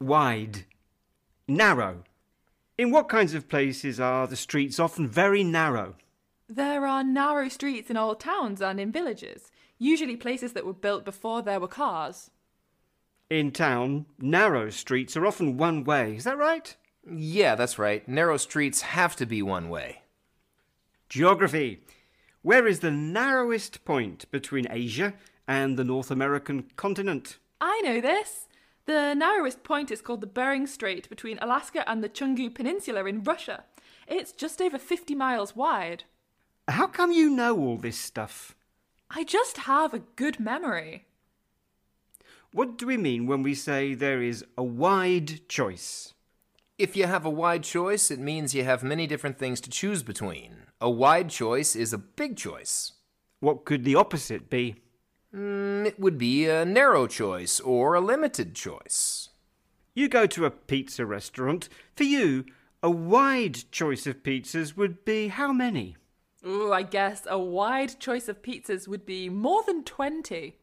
wide, narrow. In what kinds of places are the streets often very narrow? There are narrow streets in old towns and in villages, usually places that were built before there were cars. In town, narrow streets are often one way, is that right? Yeah, that's right. Narrow streets have to be one way. Geography. Where is the narrowest point between Asia and the North American continent? I know this. The narrowest point is called the Bering Strait between Alaska and the Chungu Peninsula in Russia. It's just over 50 miles wide. How come you know all this stuff? I just have a good memory. What do we mean when we say there is a wide choice? If you have a wide choice, it means you have many different things to choose between. A wide choice is a big choice. What could the opposite be? Mm, it would be a narrow choice or a limited choice. You go to a pizza restaurant. For you, a wide choice of pizzas would be how many? Ooh, I guess a wide choice of pizzas would be more than 20.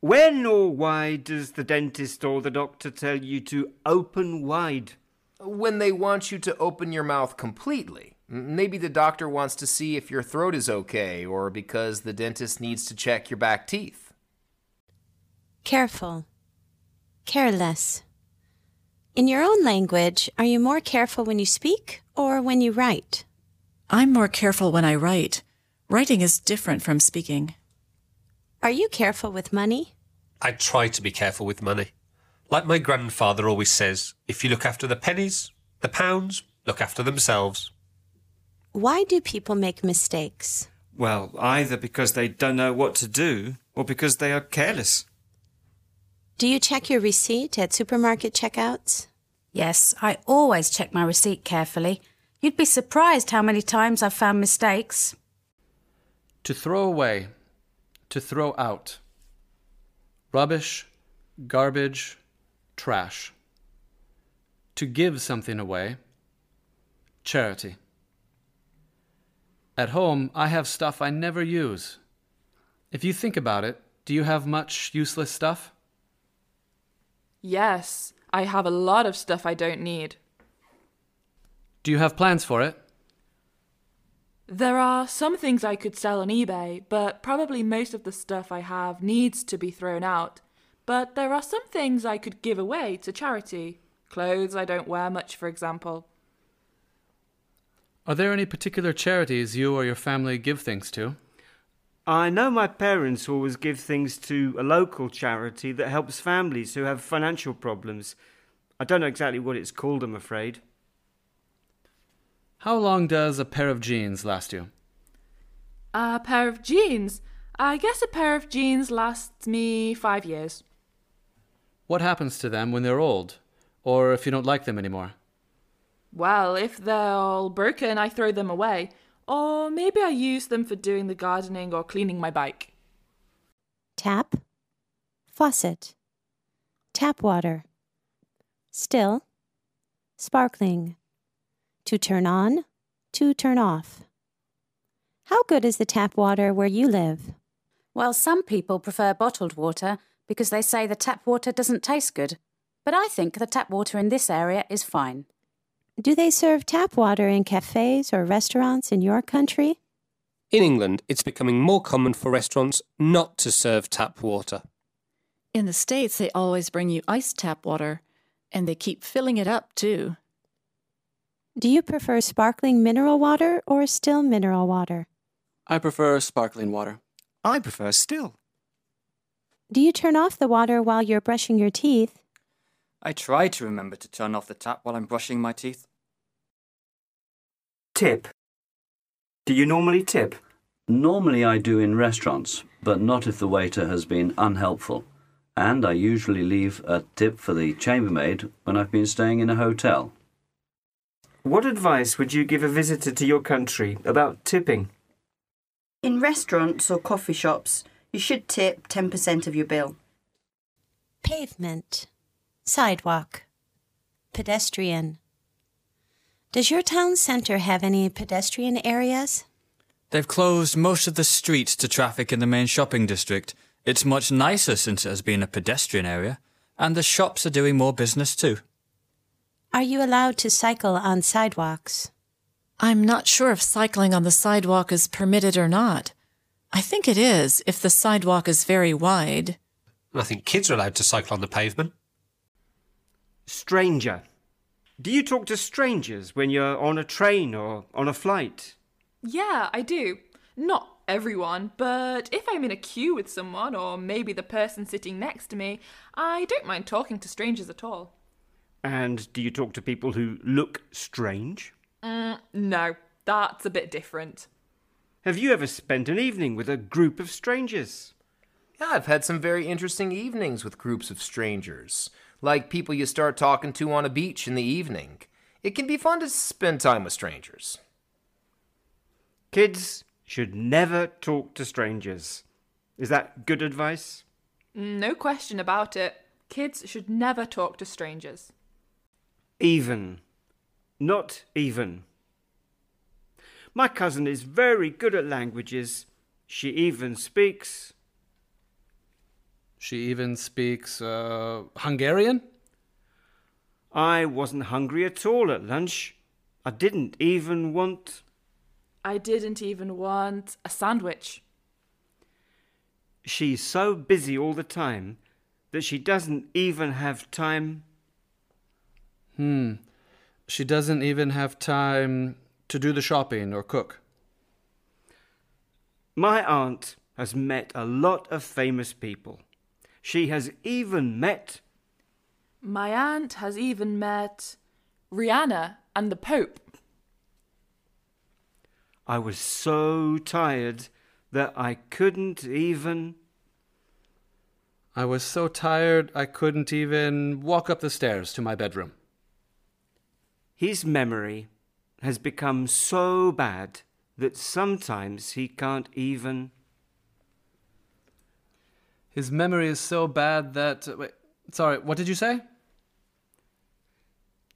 When or why does the dentist or the doctor tell you to open wide? When they want you to open your mouth completely. M- Maybe the doctor wants to see if your throat is okay, or because the dentist needs to check your back teeth. Careful. Careless. In your own language, are you more careful when you speak or when you write? I'm more careful when I write. Writing is different from speaking. Are you careful with money? I try to be careful with money. Like my grandfather always says, if you look after the pennies, the pounds look after themselves. Why do people make mistakes? Well, either because they don't know what to do or because they are careless. Do you check your receipt at supermarket checkouts? Yes, I always check my receipt carefully. You'd be surprised how many times I've found mistakes. To throw away. To throw out. Rubbish, garbage, trash. To give something away. Charity. At home, I have stuff I never use. If you think about it, do you have much useless stuff? Yes, I have a lot of stuff I don't need. Do you have plans for it? There are some things I could sell on eBay, but probably most of the stuff I have needs to be thrown out. But there are some things I could give away to charity. Clothes I don't wear much, for example. Are there any particular charities you or your family give things to? I know my parents always give things to a local charity that helps families who have financial problems. I don't know exactly what it's called, I'm afraid. How long does a pair of jeans last you? A pair of jeans. I guess a pair of jeans lasts me five years. What happens to them when they're old? Or if you don't like them anymore? Well, if they're all broken, I throw them away. Or maybe I use them for doing the gardening or cleaning my bike. Tap, faucet, tap water, still, sparkling, to turn on, to turn off. How good is the tap water where you live? Well, some people prefer bottled water because they say the tap water doesn't taste good. But I think the tap water in this area is fine. Do they serve tap water in cafes or restaurants in your country? In England, it's becoming more common for restaurants not to serve tap water. In the States, they always bring you iced tap water, and they keep filling it up too. Do you prefer sparkling mineral water or still mineral water? I prefer sparkling water. I prefer still. Do you turn off the water while you're brushing your teeth? I try to remember to turn off the tap while I'm brushing my teeth. Tip. Do you normally tip? Normally I do in restaurants, but not if the waiter has been unhelpful. And I usually leave a tip for the chambermaid when I've been staying in a hotel. What advice would you give a visitor to your country about tipping? In restaurants or coffee shops, you should tip 10% of your bill. Pavement, sidewalk, pedestrian. Does your town center have any pedestrian areas? They've closed most of the streets to traffic in the main shopping district. It's much nicer since it has been a pedestrian area, And the shops are doing more business too. Are you allowed to cycle on sidewalks? I'm not sure if cycling on the sidewalk is permitted or not. I think it is if the sidewalk is very wide. And I think kids are allowed to cycle on the pavement. Stranger. Do you talk to strangers when you're on a train or on a flight? Yeah, I do. Not everyone, but if I'm in a queue with someone, or maybe the person sitting next to me, I don't mind talking to strangers at all. And do you talk to people who look strange? Mm, no, that's a bit different. Have you ever spent an evening with a group of strangers? Yeah, I've had some very interesting evenings with groups of strangers, like people you start talking to on a beach in the evening. It can be fun to spend time with strangers. Kids should never talk to strangers. Is that good advice? No question about it. Kids should never talk to strangers. Even. Not even. My cousin is very good at languages. She even speaks. She even speaks uh, Hungarian? I wasn't hungry at all at lunch. I didn't even want. I didn't even want a sandwich. She's so busy all the time that she doesn't even have time. Hmm. She doesn't even have time to do the shopping or cook. My aunt has met a lot of famous people. She has even met. My aunt has even met Rihanna and the Pope. I was so tired that I couldn't even. I was so tired I couldn't even walk up the stairs to my bedroom. His memory has become so bad that sometimes he can't even. His memory is so bad that. uh, Wait, sorry, what did you say?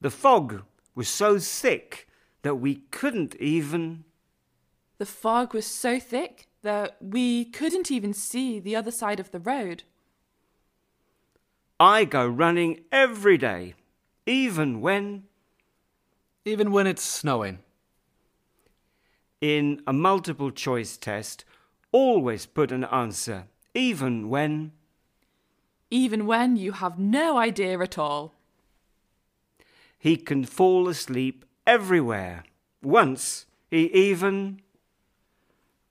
The fog was so thick that we couldn't even. The fog was so thick that we couldn't even see the other side of the road. I go running every day, even when. Even when it's snowing. In a multiple choice test, always put an answer, even when. Even when you have no idea at all. He can fall asleep everywhere. Once he even.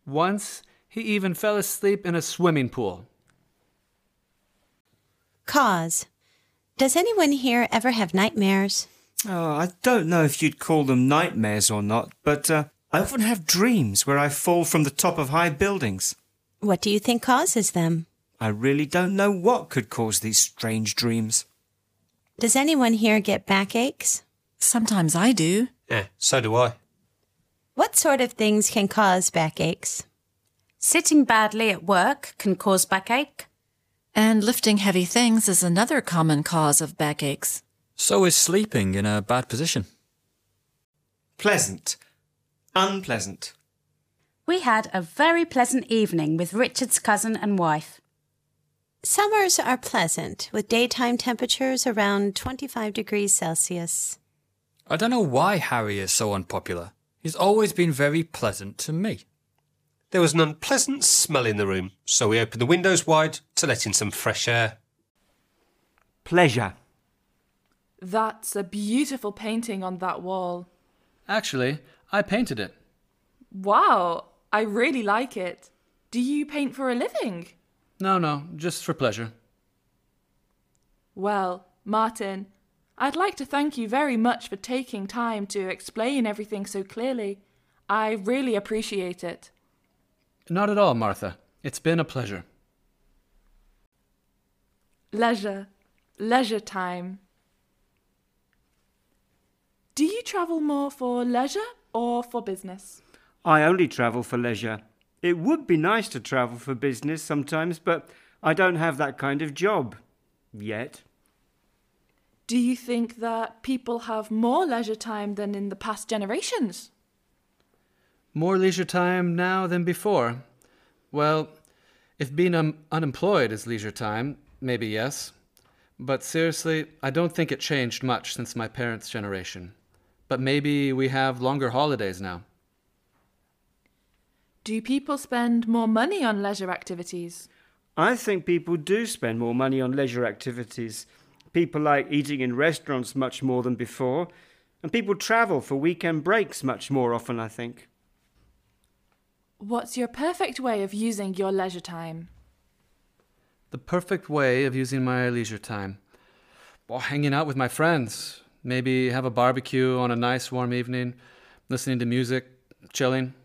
Once he even fell asleep in a swimming pool. Cause. Does anyone here ever have nightmares? Oh, I don't know if you'd call them nightmares or not, but uh, I often have dreams where I fall from the top of high buildings. What do you think causes them? I really don't know what could cause these strange dreams. Does anyone here get backaches? Sometimes I do. Yeah, so do I. What sort of things can cause backaches? Sitting badly at work can cause backache. And lifting heavy things is another common cause of backaches. So is sleeping in a bad position. Pleasant. Unpleasant. We had a very pleasant evening with Richard's cousin and wife. Summers are pleasant, with daytime temperatures around 25 degrees Celsius. I don't know why Harry is so unpopular. He's always been very pleasant to me. There was an unpleasant smell in the room, so we opened the windows wide to let in some fresh air. Pleasure. That's a beautiful painting on that wall. Actually, I painted it. Wow, I really like it. Do you paint for a living? No, no, just for pleasure. Well, Martin, I'd like to thank you very much for taking time to explain everything so clearly. I really appreciate it. Not at all, Martha. It's been a pleasure. Leisure. Leisure time. Do you travel more for leisure or for business? I only travel for leisure. It would be nice to travel for business sometimes, but I don't have that kind of job. Yet. Do you think that people have more leisure time than in the past generations? More leisure time now than before. Well, if being un- unemployed is leisure time, maybe yes. But seriously, I don't think it changed much since my parents' generation. But maybe we have longer holidays now. Do people spend more money on leisure activities? I think people do spend more money on leisure activities. People like eating in restaurants much more than before, and people travel for weekend breaks much more often, I think. What's your perfect way of using your leisure time? The perfect way of using my leisure time. Well, hanging out with my friends. Maybe have a barbecue on a nice warm evening, listening to music, chilling.